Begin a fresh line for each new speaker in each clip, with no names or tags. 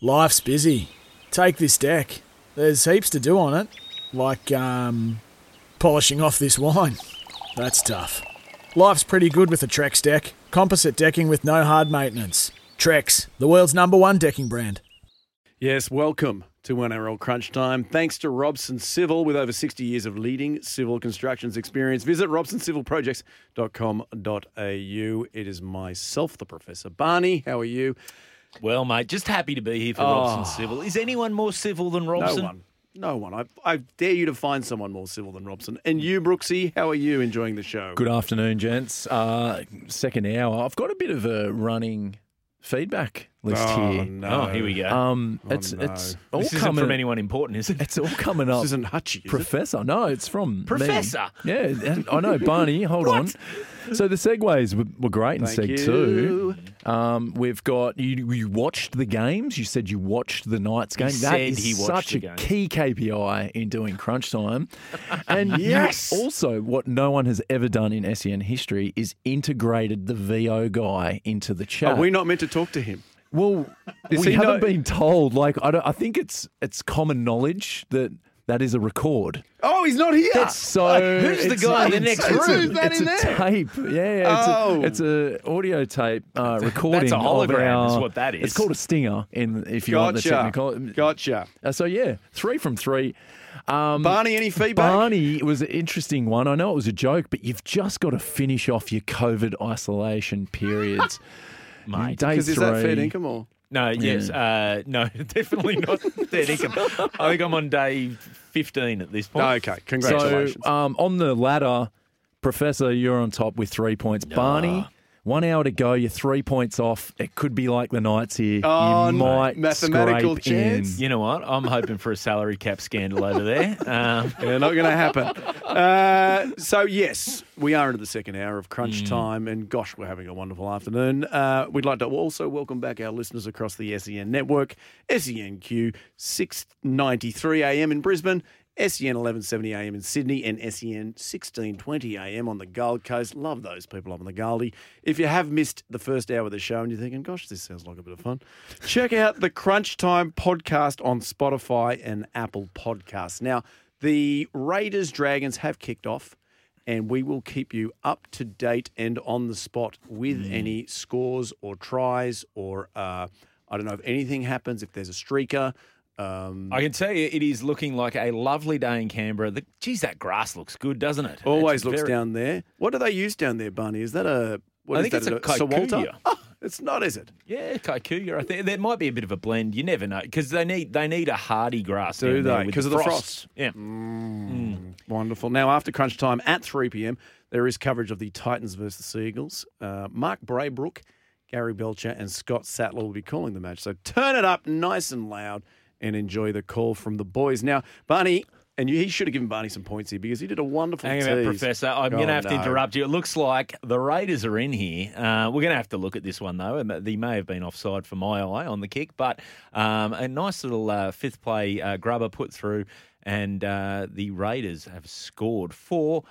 Life's busy. Take this deck. There's heaps to do on it. Like, um, polishing off this wine. That's tough. Life's pretty good with a Trex deck. Composite decking with no hard maintenance. Trex, the world's number one decking brand.
Yes, welcome to NRL Crunch Time. Thanks to Robson Civil with over 60 years of leading civil constructions experience. Visit robsoncivilprojects.com.au. It is myself, the Professor Barney. How are you?
Well, mate, just happy to be here for
Oh.
Robson Civil. Is anyone more civil than
No
Robson?
one. No one. I, I dare you to find someone more civil than Robson. And you, Brooksy, how are you enjoying the show?
Good afternoon, gents. Uh, second hour. I've got a bit of a running feedback list
Oh,
here.
no.
Oh, here we go.
Um,
Oh,
it's
no.
it's all
this isn't
coming
from anyone important, is it?
It's all coming up.
This isn't Hutchie, is it?
Professor, no, it's from me.
Professor?
Yeah, I know, Barney. Hold on. So the segues were, were great in
Thank
seg
you.
two. Um, we've got you. You watched the games. You said you watched the Knights game. that
said
is
he watched
such
the
a
game.
key KPI in doing crunch time. And you-
Yes!
also what no one has ever done in SEN history is integrated the VO guy into the chat.
Are Oh, we not meant to talk to him?
Well,
see,
we haven't
no-
been told. Like, I, don't, I think it's it's common knowledge that that is a record.
Oh, he's not here.
That's so.
who's the
it's-
guy in the
it's-
next
it's
room?
A,
Who's that
it's
in
a
there?
tape. Yeah, yeah, it's,
Oh.
a, it's a audio tape uh, recording.
that's a
of
hologram is
our-
what that is.
It's called a stinger. In if you want the
gotcha.
technical.
Gotcha.
Uh, so yeah, three from three. Um,
Barney, any feedback?
Barney was an interesting one. I know it was a joke, but you've just got to finish off your COVID isolation periods.
Mate.
Day
Because is that fair
three-
income or?
No,
Mm.
yes. Uh, no, definitely not dead income. I think I'm on day 15 at this point.
Okay, congratulations.
Oh. So um, on the ladder, Professor, you're on top with three points. Barney, one hour to go. You're three points off. It could be like the Knights here.
Oh,
you might
mathematical
scrape
chance.
In.
You know what? I'm hoping for a salary cap scandal over there. Um,
Yeah, not going to happen. Uh, so, yes, we are into the second hour of crunch time, and gosh, we're having a wonderful afternoon. Uh, we'd like to also welcome back our listeners across the SEN network, E SENQ 693 AM in Brisbane, E SEN 1170 AM in Sydney, and E SEN 1620 AM on the Gold Coast. Love those people up on the Goldie. If you have missed the first hour of the show and you're thinking, gosh, this sounds like a bit of fun, check out the Crunch Time podcast on Spotify and Apple Podcasts. Now, the Raiders Dragons have kicked off, and we will keep you up to date and on the spot with
Mm.
any scores or tries or uh, I don't know if anything happens, if there's a streaker. Um,
I can tell you it is looking like a lovely day in Canberra. The, geez, that grass looks good, doesn't it?
always
It's
looks
very-
down there. What do they use down there, Barney? Is that a what
I
is
think
that,
it's a
Sawalta?
Kaikuya.
Oh, it's not, is it?
Yeah, Kaikuya. I think there might be a bit of a blend. You never know because they need they need a hardy grass.
Do
down there
they?
with
'Cause of the frost.
Yeah.
Wonderful. Now, after crunch time at 3 p.m., there is coverage of the Titans versus Seagulls. Uh, Mark Braybrook, Gary Belcher, and Scott Sattler will be calling the match. So turn it up nice and loud and enjoy the call from the boys. Now, Barney, and you, he should have given Barney some points here because he did a wonderful
Hang
tease.
about, Professor. I'm going
Oh,
to have to
no.
interrupt you. It looks like the Raiders are in here. Uh, we're going to have to look at this one, though. Um, They may have been offside for my eye on the kick, but um, a nice little uh, fifth play uh, grubber put through, and uh, the Raiders have scored four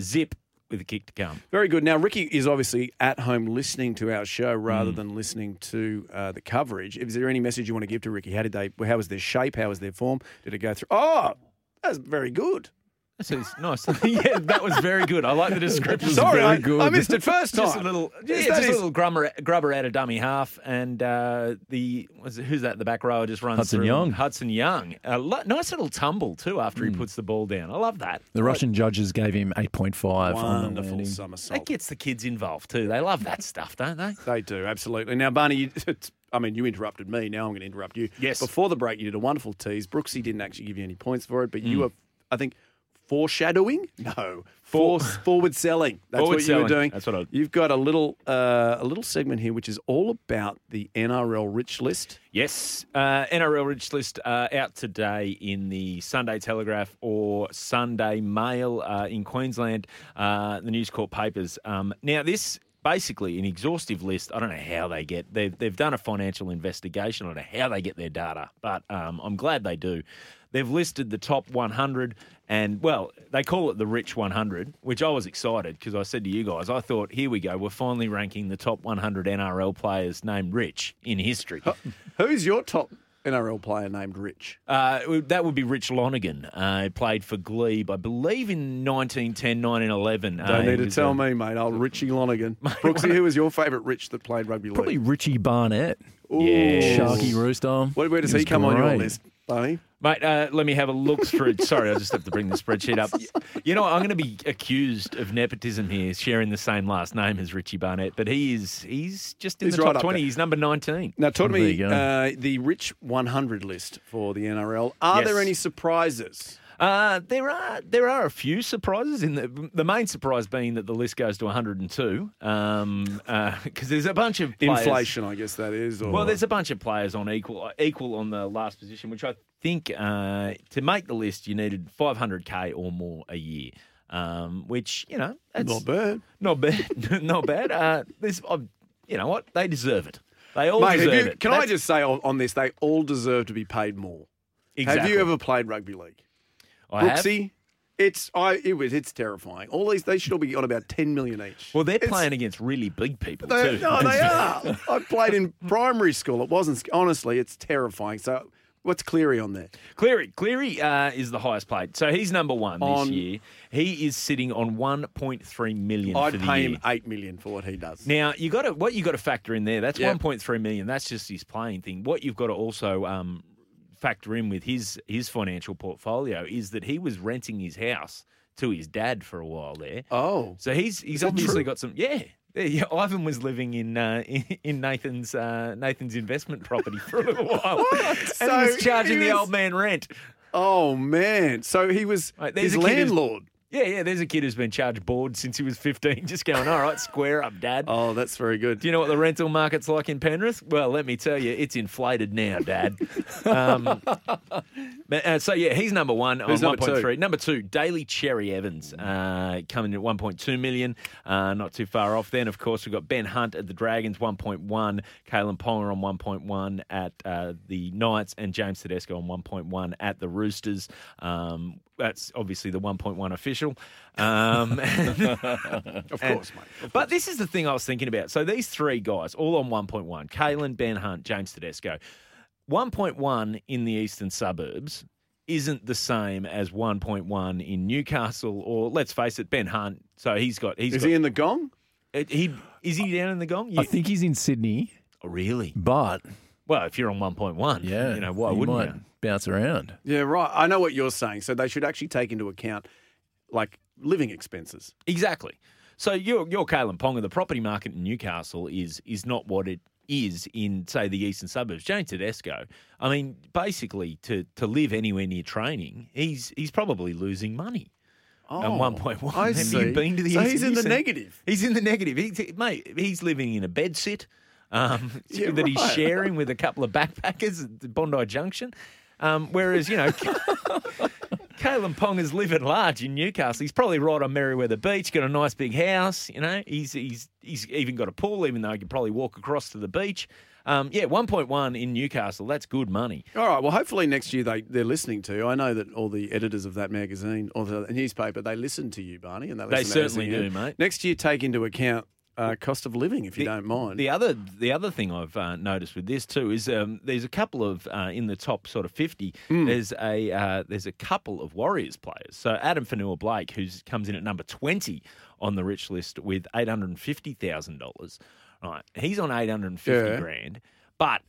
zip with a kick to come.
Very good. Now, Ricky is obviously at home listening to our show
Hmm.
rather than listening to uh, the coverage. Is there any message you want to give to Ricky? How did they? How was their shape? How was their form? Did it go through? Oh, that's very good.
That's it's nice. yeah, that was very good. I like the description.
Sorry,
very
I,
good.
I missed it first time.
Just a little, yeah,
Yes,
just
that
a
is-
little grummer, grubber out of dummy half, and uh, the was it, who's that? The back rower just runs
Hudson
through.
Young.
Hudson Young, a lo- nice little tumble too after he puts the ball down. I love that.
The Russian judges gave him 8.5. on the
Wonderful
landing.
somersault.
That gets the kids involved too. They love that stuff, don't they?
They do, absolutely. Now, Barney, you, it's- I mean, you interrupted me. Now I'm going to interrupt you.
Yes. Mm.
Before the break, you did a wonderful tease. Brooksy didn't actually give you any points for it, but you were, I think, foreshadowing? No, For, forward selling. That's
Forward
what you
selling.
were doing.
That's what I-
You've got a little uh, a little segment here which is all about the NRL rich list.
Yes, uh, NRL Rich List uh, out today in the Sunday Telegraph or Sunday Mail uh, in Queensland, uh, the News Corp papers. Um, now, this basically an exhaustive list. I don't know how they get. They've they've done a financial investigation. I don't know how they get their data, but um, I'm glad they do. They've listed the top 100, and well, they call it the Rich 100, which I was excited because I said to you guys, I thought, here we go, we're finally ranking the top 100 NRL players named Rich in history.
Who's your top NRL player named Rich?
Uh, it would- that would be Rich Lonigan. Uh, he played for Glebe, I believe, in 1910, 1911. Uh,
Don't
he
need to
was
tell
a-
me, mate. I'll Richie Lonigan. Brooksy, who was your favourite Rich that played rugby league?
Probably Richie Barnett,
Yeah.
Sharky Rooster.
Where, where does
was
he come on your
great.
list, Barney?
Mate, uh, let me have a look through. Sorry, I just have to bring the spreadsheet up. You know, I'm going to be accused of nepotism here, sharing the same last name as Richie Barnett, but he is he's just in
He's
the
right
top
up
20.
there.
He's number 19.
Now, talk to
There
me
you go.
uh, the Rich 100 list for the NRL. Are
Yes.
there any surprises?
Uh, there are there are a few surprises in the the main surprise being that the list goes to 102 um, uh, 'cause there's a bunch of players-
Inflation, I guess that is. Or...
Well, there's a bunch of players on equal equal on the last position, which I think uh, to make the list you needed 500k or more a year, um, which you know that's
Not bad.
not bad, not bad. Uh, this, I'm, you know what, they deserve it. They all
Mate, have
deserve
you-
it.
can I
That's-
just say on, on this, they all deserve to be paid more. Have
Exactly.
you ever played rugby league?
I have.
Brooksy, it's I it was it's terrifying. All these they should all be on about ten million each.
Well, they're
It's-
playing against really big people
They,
too.
no, they are. I played in primary school. It wasn't sc- honestly. It's terrifying. So, what's Cleary on there?
Cleary, Cleary uh, is the highest paid, so he's number one this
On-
year. He is sitting on 1.3 million. for
I'd
the
pay
year.
him eight million for what he does.
Now you got to what you got to factor in there. That's
Yeah.
1.3 million. That's just his playing thing. What you've got to also um, factor in with his his financial portfolio is that he was renting his house to his dad for a while there.
oh,
So he's he's obviously got some yeah. Yeah, Ivan was living in uh, in, in Nathan's uh, Nathan's investment property for a little while, and
So
he was charging
he
the
was-
old man rent.
oh man. So he was
Mate, there's
his
a kid who's-
landlord.
Yeah, yeah. There's a kid who's been charged board since he was 15, just going, "All right, square up, dad."
Oh, that's very good.
Do you know what the rental market's like in Penrith? Well, let me tell you, it's inflated now, Dad. um, but, uh, so yeah, he's number one
Who's
on
number two?
1.3. Number two, Daily Cherry Evans, uh, coming in at 1.2 million, uh, not too far off. Then, of course, we've got Ben Hunt at the Dragons, 1.1, Kalen Ponga on 1.1 at uh, the Knights, and James Tedesco on 1.1 at the Roosters. Um, that's obviously the 1.1 official. Um,
of
and-
course, mate.
But this is the thing I was thinking about. So these three guys, all on 1.1, Kalen, Ben Hunt, James Tedesco. 1.1 in the eastern suburbs isn't the same as 1.1 in Newcastle or let's face it, Ben Hunt. So he's got he's
Is
got, uh,
he in the gong?
he, is he down in the gong? You,
I think he's in Sydney,
oh, really?
but
Well, if you're on 1.1,
yeah,
you know why
he
wouldn't
might
you?
bounce around?
Yeah, right. I know what you're saying. So they should actually take into account like living expenses.
Exactly. So your your Kalen Ponga, the property market in Newcastle is is not what it is in say the eastern suburbs. James Tedesco, I mean, basically to to live anywhere near training, he's he's probably losing money.
Oh,
at one point one,
I
have
see.
you been to the?
so
eastern-
he's in the
eastern-
negative.
He's in the negative. He's, mate, he's living in a bed sit um,
Yeah,
that he's
right.
sharing with a couple of backpackers at the Bondi Junction. Um, whereas, you know, Kalen Pong is living large in Newcastle. He's probably right on Merriweather Beach, got a nice big house, you know. He's he's he's even got a pool, even though he could probably walk across to the beach. Um, yeah, 1.1 in Newcastle, that's good money.
All right. Well, hopefully next year they, they're listening to. you. I know that all the editors of that magazine or the newspaper, they listen to you, Barney. and They, listen to
certainly
SEN.
do, mate.
Next year, take into account uh, cost of living, if you
The-
don't mind.
The other the other thing I've uh, noticed with this too is um, there's a couple of uh, in the top sort of fifty.
Mm.
There's a uh, there's a couple of Warriors players. So Adam Fanua Blake, who comes in at number twenty on the rich list with eight hundred and fifty thousand dollars. Right, he's on eight hundred and fifty
Yeah.
grand, but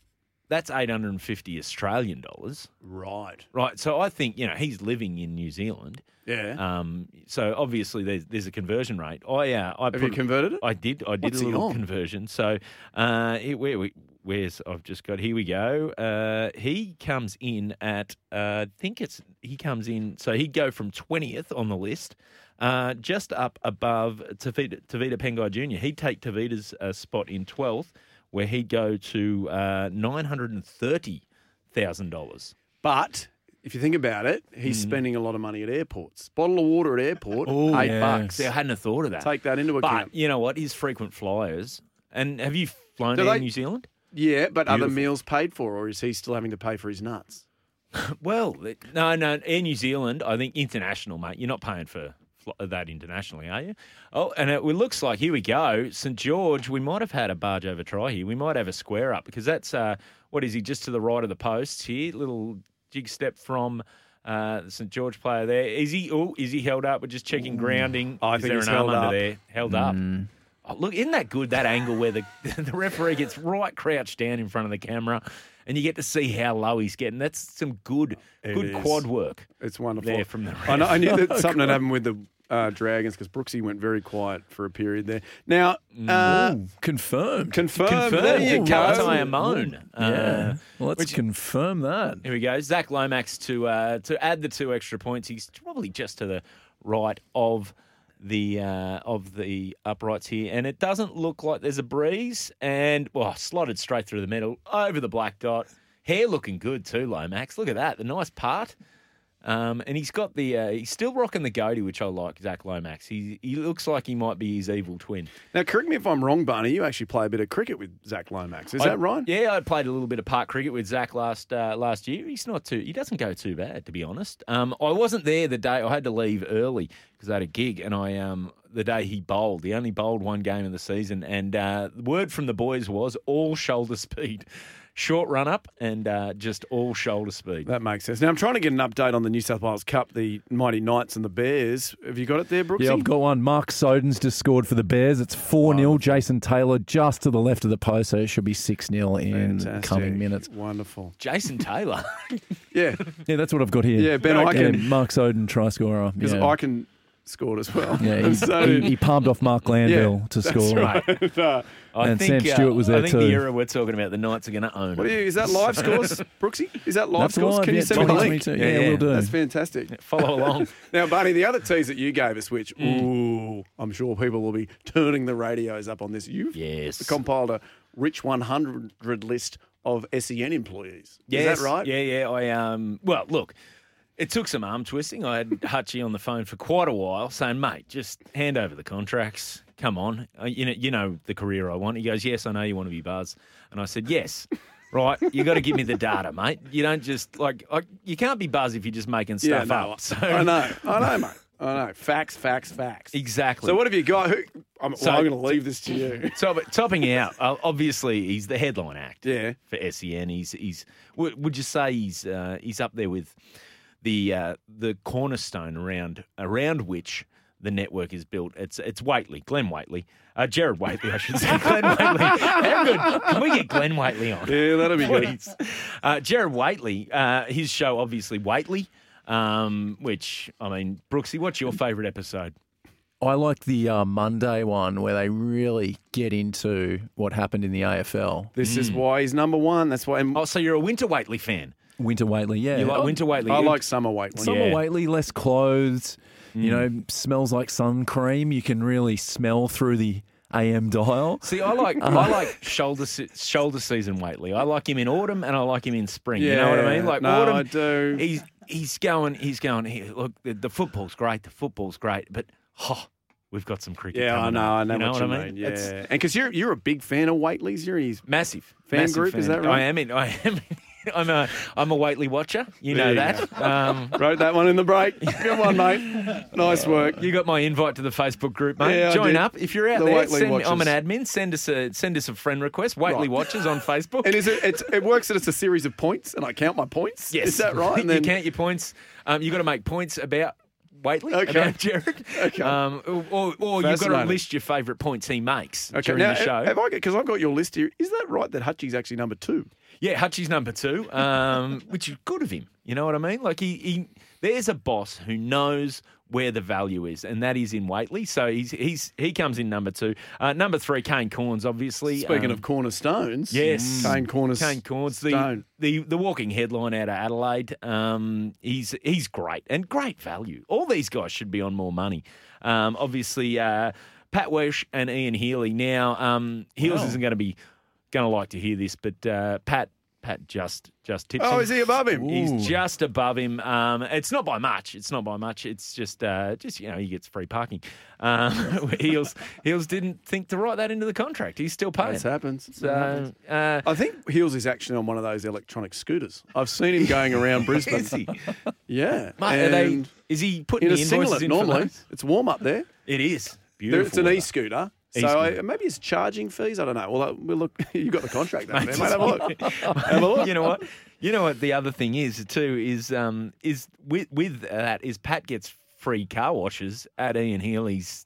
that's eight hundred and fifty Australian dollars.
right.
Right, so I think you know he's living in New Zealand.
Yeah.
Um, so obviously there's there's a conversion rate. I uh, I
Have
put-
you converted it?
I did. I did
What's
a
he
little
on?
conversion. So uh, it, we, we where's I've just got here we go. Uh, he comes in at uh, I think it's he comes in so he'd go from twentieth on the list, uh, just up above Tavita, Tavita Pengai Junior. He'd take Tavita's uh, spot in twelfth, where he'd go to uh, nine hundred and thirty thousand dollars.
But if you think about it, he's
Mm-hmm.
spending a lot of money at airports. Bottle of water at airport, eight
yeah.
bucks.
See, I hadn't have thought of that.
Take that into account.
But you know what? His frequent flyers. And have you flown
Do
to
they-
New Zealand?
yeah, but other
Beautiful.
meals paid for, or is he still having to pay for his nuts?
Well, th- no, no. Air New Zealand, I think international, mate. You're not paying for fl- that internationally, are you? Oh, and it, it looks like here we go. St George, we might have had a barge over try here. We might have a square up because that's uh, what is he just to the right of the post here? Little jig step from. Uh, the St George player there is he? Oh, is he held up? We're just checking grounding.
I
is
think
there
he's
an
held
arm under
up. Mm.
there? Held up. Oh, look, isn't that good? That angle where the the referee gets right crouched down in front of the camera, and you get to see how low he's getting. That's some good good
is.
quad work.
It's wonderful.
There from the
I, know, I knew that something had happened with the uh, Dragons because Brooksy went very quiet for a period there. Now, uh,
Confirmed.
confirmed. There you
Mm-hmm. Ooh,
go.
Tire moan.
Yeah.
Uh,
Let's confirm that.
Here we go. Zach Lomax to uh, to add the two extra points. He's probably just to the right of the uh, of the uprights here, and it doesn't look like there's a breeze. And well, slotted straight through the middle, over the black dot. Hair looking good too, Lomax. Look at that, the nice part. Um, and he's got the uh, he's still rocking the goatee, which I like. Zach Lomax. He he looks like he might be his evil twin.
Now, correct me if I'm wrong, Barney. You actually play a bit of cricket with Zach Lomax. Is
I-
that right?
Yeah, I played a little bit of park cricket with Zach last uh, last year. He's not too. He doesn't go too bad, to be honest. Um, I wasn't there the day I had to leave early because I had a gig, and I um the day he bowled. He only bowled one game of the season, and uh, the word from the boys was all shoulder speed, short run up, and uh, just all shoulder speed.
That makes sense. Now, I'm trying to get an update on the New South Wales Cup, the Mighty Knights and the Bears. Have you got it there, Brooksy?
Yeah, I've got one. Mark Soden's just scored for the Bears. It's 4 0. Jason Taylor just to the left of the post, so it should be 6 0 in
Fantastic.
coming minutes.
Wonderful.
Jason Taylor.
Yeah,
Yeah, that's what I've got here.
Yeah, Ben Eichen.
Yeah, Mark Soden, try scorer.
because
Yeah,
I can scored as well.
yeah he,
and so
he-
did
he palmed off Mark Landell
Yeah,
to score.
I
And Sam Stewart was there
I think
too.
the era we're talking about, the Knights are going to own
What
it.
are you, is that live scores, Brooksy? Is that live
That's
scores?
live,
Can you
yeah,
send me the
text
link?
too.
Yeah,
Yeah,
yeah.
we'll do.
That's fantastic.
Follow along.
Now, Barney, the other teas that you gave us, which
Mm.
ooh, I'm sure people will be turning the radios up on this. You've
Yes.
compiled a rich 100 list of SEN employees.
Yes.
Is that right?
Yeah, yeah. I um. Well, look, it took some arm twisting. I had Hutchie on the phone for quite a while, saying, "Mate, just hand over the contracts. Come on, Uh, you know, you know the career I want." He goes, "Yes, I know you want to be Buzz," and I said, "Yes." Right, you got to give me the data, mate. You don't just like I, you can't be buzz if you're just making
Yeah,
stuff
no,
up. So
I know. I know, mate. I know. Facts, facts, facts.
exactly.
So what have you got? Who, I'm,
So-
well, I'm going to leave this to you.
So, but topping out, uh, obviously he's the headline act.
Yeah.
For SEN, he's he's. w- Would you say he's uh, he's up there with the uh, the cornerstone around around which the network is built? It's it's Waitley, Glenn Waitley, uh, Jared Waitley, I should say. Glenn Waitley. How good? Can we get Glenn Waitley on?
Yeah, that'll be good.
Please. Uh, Jared Waitley, uh, his show obviously Waitley, um, which I mean, Brooksy, what's your favourite episode?
I like the uh, Monday one where they really get into what happened in the AFL.
This is why he's number one. That's why and
Mm. Oh, so you're a Winter Waitley fan?
Winter Waitley, yeah.
You like
Oh,
Winter Waitley?
I like summer weight. One.
Summer
Yeah.
Waitley, less clothes, you know, smells like sun cream. You can really smell through the AM dial.
See, I like
Uh-huh.
I like shoulder se- shoulder season Waitley. I like him in autumn and I like him in spring. you know what I mean?
Yeah.
Like
No,
autumn,
I do.
He's he's going he's going. He, look, the, the football's great. The football's great, but oh, we've got some cricket.
Yeah, I
coming
know.
up.
I know,
you know
what,
what,
you
I mean.
Yeah,
It's
and because you're you're a big fan of Waitley's, you're his
massive
Fan
massive
group, is that
I
right?
am in. I am. In, I'm a I'm a Waitley watcher. You know
There you
that. Um,
Wrote that one in the break. Good one, mate. Nice work.
You got my invite to the Facebook group, mate.
Yeah, I
Join
did.
up if you're out
The
there.
Waitley
send- I'm
Watchers.
an admin. Send us a send us a friend request. Waitley
Right.
Watchers on Facebook.
And is it? It's, it works that it's a series of points, and I count my points.
Yes,
is that right? And
you count your points. Um, you got to make points about Waitley,
Okay.
about Jared.
Okay.
Um, or or you've got to
Fascinating.
list your favourite points he makes
Okay,
during
now,
the show.
have I because I've got your list here. Is that right that Hutchie's actually number two?
yeah, Hutchie's number two, um, which is good of him. You know what I mean? Like he, he, there's a boss who knows where the value is, and that is in Waitley. So he's he's he comes in number two. Uh, number three, Kane Corns, obviously.
Speaking
Um,
of cornerstones,
Yes,
Kane Cornerstone.
Kane Corns, the,
Stone.
the the walking headline out of Adelaide. Um, he's he's great and great value. All these guys should be on more money. Um, obviously, uh, Pat Welsh and Ian Healy. Now, um, Heels isn't going to be going to like to hear this, but uh, Pat Pat just just tips.
Oh,
him.
is he above him?
He's just above him. Um, it's not by much. It's not by much. It's just, uh, just you know, he gets free parking. Um, Heels, Heels didn't think to write that into the contract. He's still paying.
This happens.
So, uh,
I think Heels is actually on one of those electronic scooters. I've seen him going around Brisbane.
is he?
Yeah.
Mate, are they,
and
is he putting
in a
the invoices
singlet
in For
normally.
those?
It's warm up there.
It is
There-
beautiful.
it's an
weather.
e scooter. So
E-scooter.
I, maybe it's charging fees. I don't know. Well, I- we'll look. you got the contract down there.
Mate,
Mate, have a look.
have a look. You know what? You know what? The other thing is too is um is with with that is Pat gets free car washes at Ian Healy's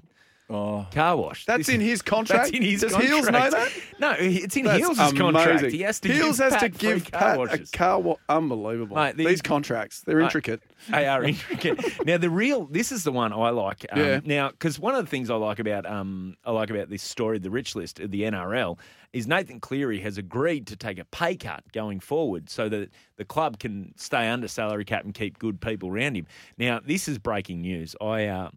Oh,
car wash.
That's
This
in
is-
his contract?
That's in his
Does
contract.
Heels know that?
No, it's in
That's
Heels'
amazing.
contract. He has to
Heels
give
has
Pat
to give
free
Pat
car
a
washes.
car wash. Unbelievable.
Mate, these-
these, contracts, they're intricate.
They Uh, are intricate. now the real this is the one I like. Um,
Yeah.
Now because one of the things I like about um I like about this story, the rich list of the NRL, is Nathan Cleary has agreed to take a pay cut going forward so that the club can stay under salary cap and keep good people around him. Now this is breaking news. I uh,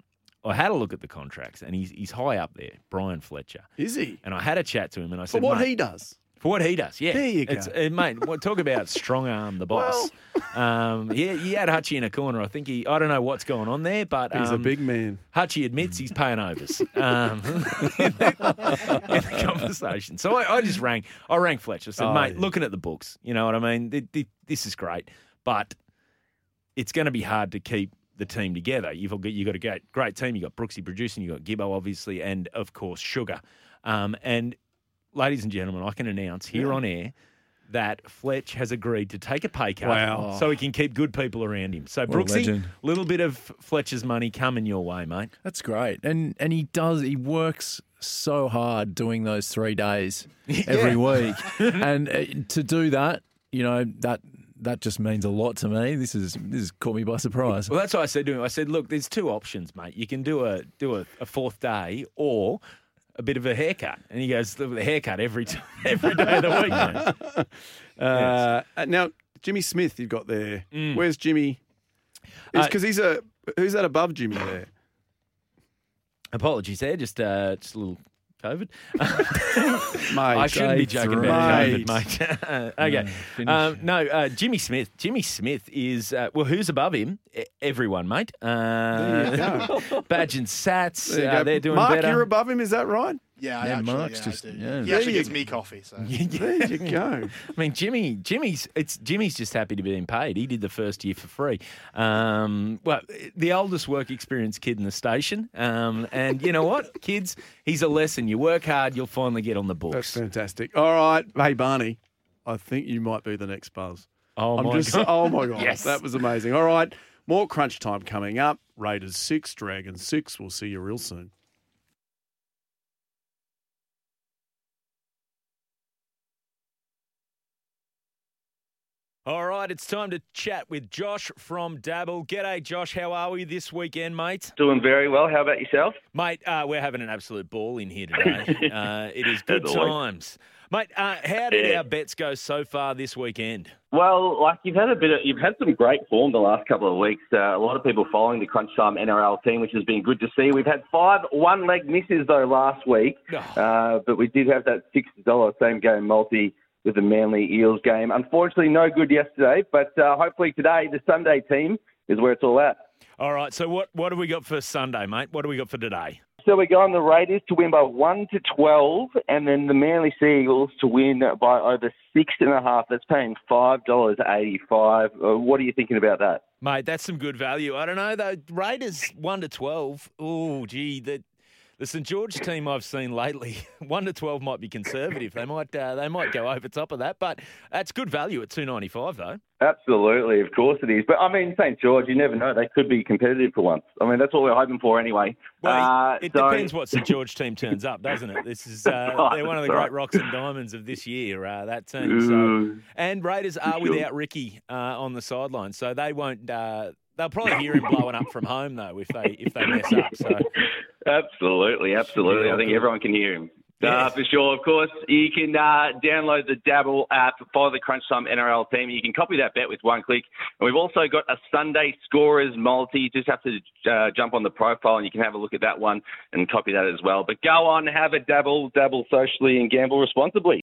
I had a look at the contracts and he's he's high up there, Brian Fletcher,
Is he?
and I had a chat to him and I
For
said,
what
"Mate,
he does.
for what he does, yeah.
There you go.
It's, uh, mate, what, talk about strong arm the boss. um, yeah, he had Hutchie in a corner. I think he, I don't know what's going on there, but. Um,
He's a big man.
Hutchie admits he's paying overs um, in, the, in the conversation. So I, I just rang. I rang Fletcher. said, mate, looking at the books, you know what I mean? Th- th- This is great, but it's going to be hard to keep the team together. You've got, you've got a great, great team. You've got Brooksy producing, you've got Gibbo, obviously, and of course, Sugar. Um, and ladies and gentlemen, I can announce here on air that Fletch has agreed to take a pay cut
Wow.
so he can keep good people around him. So,
What a
Brooksy,
legend.
little bit of Fletcher's money coming your way, mate.
that's great. And and he does. He works so hard doing those three days every week, and uh, to do that, you know that that just means a lot to me. This is this has caught me by surprise.
Well, that's what I said to him. I said, "Look, there's two options, mate. You can do a do a, a fourth day or a bit of a haircut." And he goes, "The the haircut every t- every day of the week." mate."
Uh, uh, now, Jimmy Smith, you've got there. Where's Jimmy?
Mm. Uh,
Because he's a. Who's that above Jimmy there?
Apologies there, just uh, just a little COVID.
Mate,
I shouldn't be joking about
three.
COVID, mate. okay.
finish.
Um, no, uh, Jimmy Smith. Jimmy Smith is, uh, well, who's above him? E- everyone, mate. Uh, Badge and Sats,
There you
uh,
go.
they're doing
Mark,
better.
you're above him. Is that right?
Yeah, I
Yeah,
actually,
Mark's
yeah,
just-
I do.
yeah.
He
Yeah,
actually
you-
gives me coffee. So
There you go.
I mean, Jimmy, Jimmy's it's Jimmy's just happy to be being paid. He did the first year for free. Um, well, the oldest work experience kid in the station, um, and you know what, kids, he's a lesson. You work hard, you'll finally get on the
That's
books.
fantastic. All right. Hey, Barney, I think you might be the next buzz.
Oh
I'm
my
just,
god!
Oh, my God.
Yes.
That was amazing. All right. More crunch time coming up. Raiders 6, Dragons 6. We'll see you real soon.
All right, it's time to chat with Josh from Dabble. G'day, Josh. How are we this weekend, mate?
Doing very well. How about yourself?
Mate, uh, we're having an absolute ball in here today. uh, it is good
As always.
times, mate. Uh, how did
Yeah.
our bets go so far this weekend?
Well, like you've had a bit of, you've had some great form the last couple of weeks. Uh, a lot of people following the crunch time NRL team, which has been good to see. We've had five one leg misses though last week,
Oh.
uh, but we did have that six dollar same game multi with the Manly Eels game. Unfortunately, no good yesterday, but uh, hopefully today the Sunday team is where it's all at.
All right, so what what do we got for Sunday, mate? What do we got for today?
So we're going the Raiders to win by one to twelve, and then the Manly Seagulls to win by over six and a half. That's paying five dollars eighty-five. Uh, what are you thinking about that?
Mate, that's some good value. I don't know though. Raiders one to twelve. Oh, gee, the the St George team I've seen lately, one to twelve might be conservative. They might uh, they might go over top of that, but that's good value at two ninety five though.
Absolutely, of course it is. But I mean, St George, you never know. They could be competitive for once. I mean, that's what we're hoping for anyway.
Well,
Uh,
it
so-
depends what St George team turns up, doesn't it? This is uh,
Right,
they're one of the
that's
great
right.
rocks and diamonds of this year. Uh, that team. So.
Ooh.
And Raiders are
Sure.
without Ricky uh, on the sideline, so they won't. Uh, They'll probably hear him blowing up from home though if they if they mess up. So
Absolutely, absolutely. I think everyone can hear him.
Yeah.
Uh, for sure, of course. You can uh, download the Dabble app, follow the Crunch Time NRL team. You can copy that bet with one click. And we've also got a Sunday Scorers multi. You just have to uh, jump on the profile and you can have a look at that one and copy that as well. But go on, have a dabble, dabble socially, and gamble responsibly.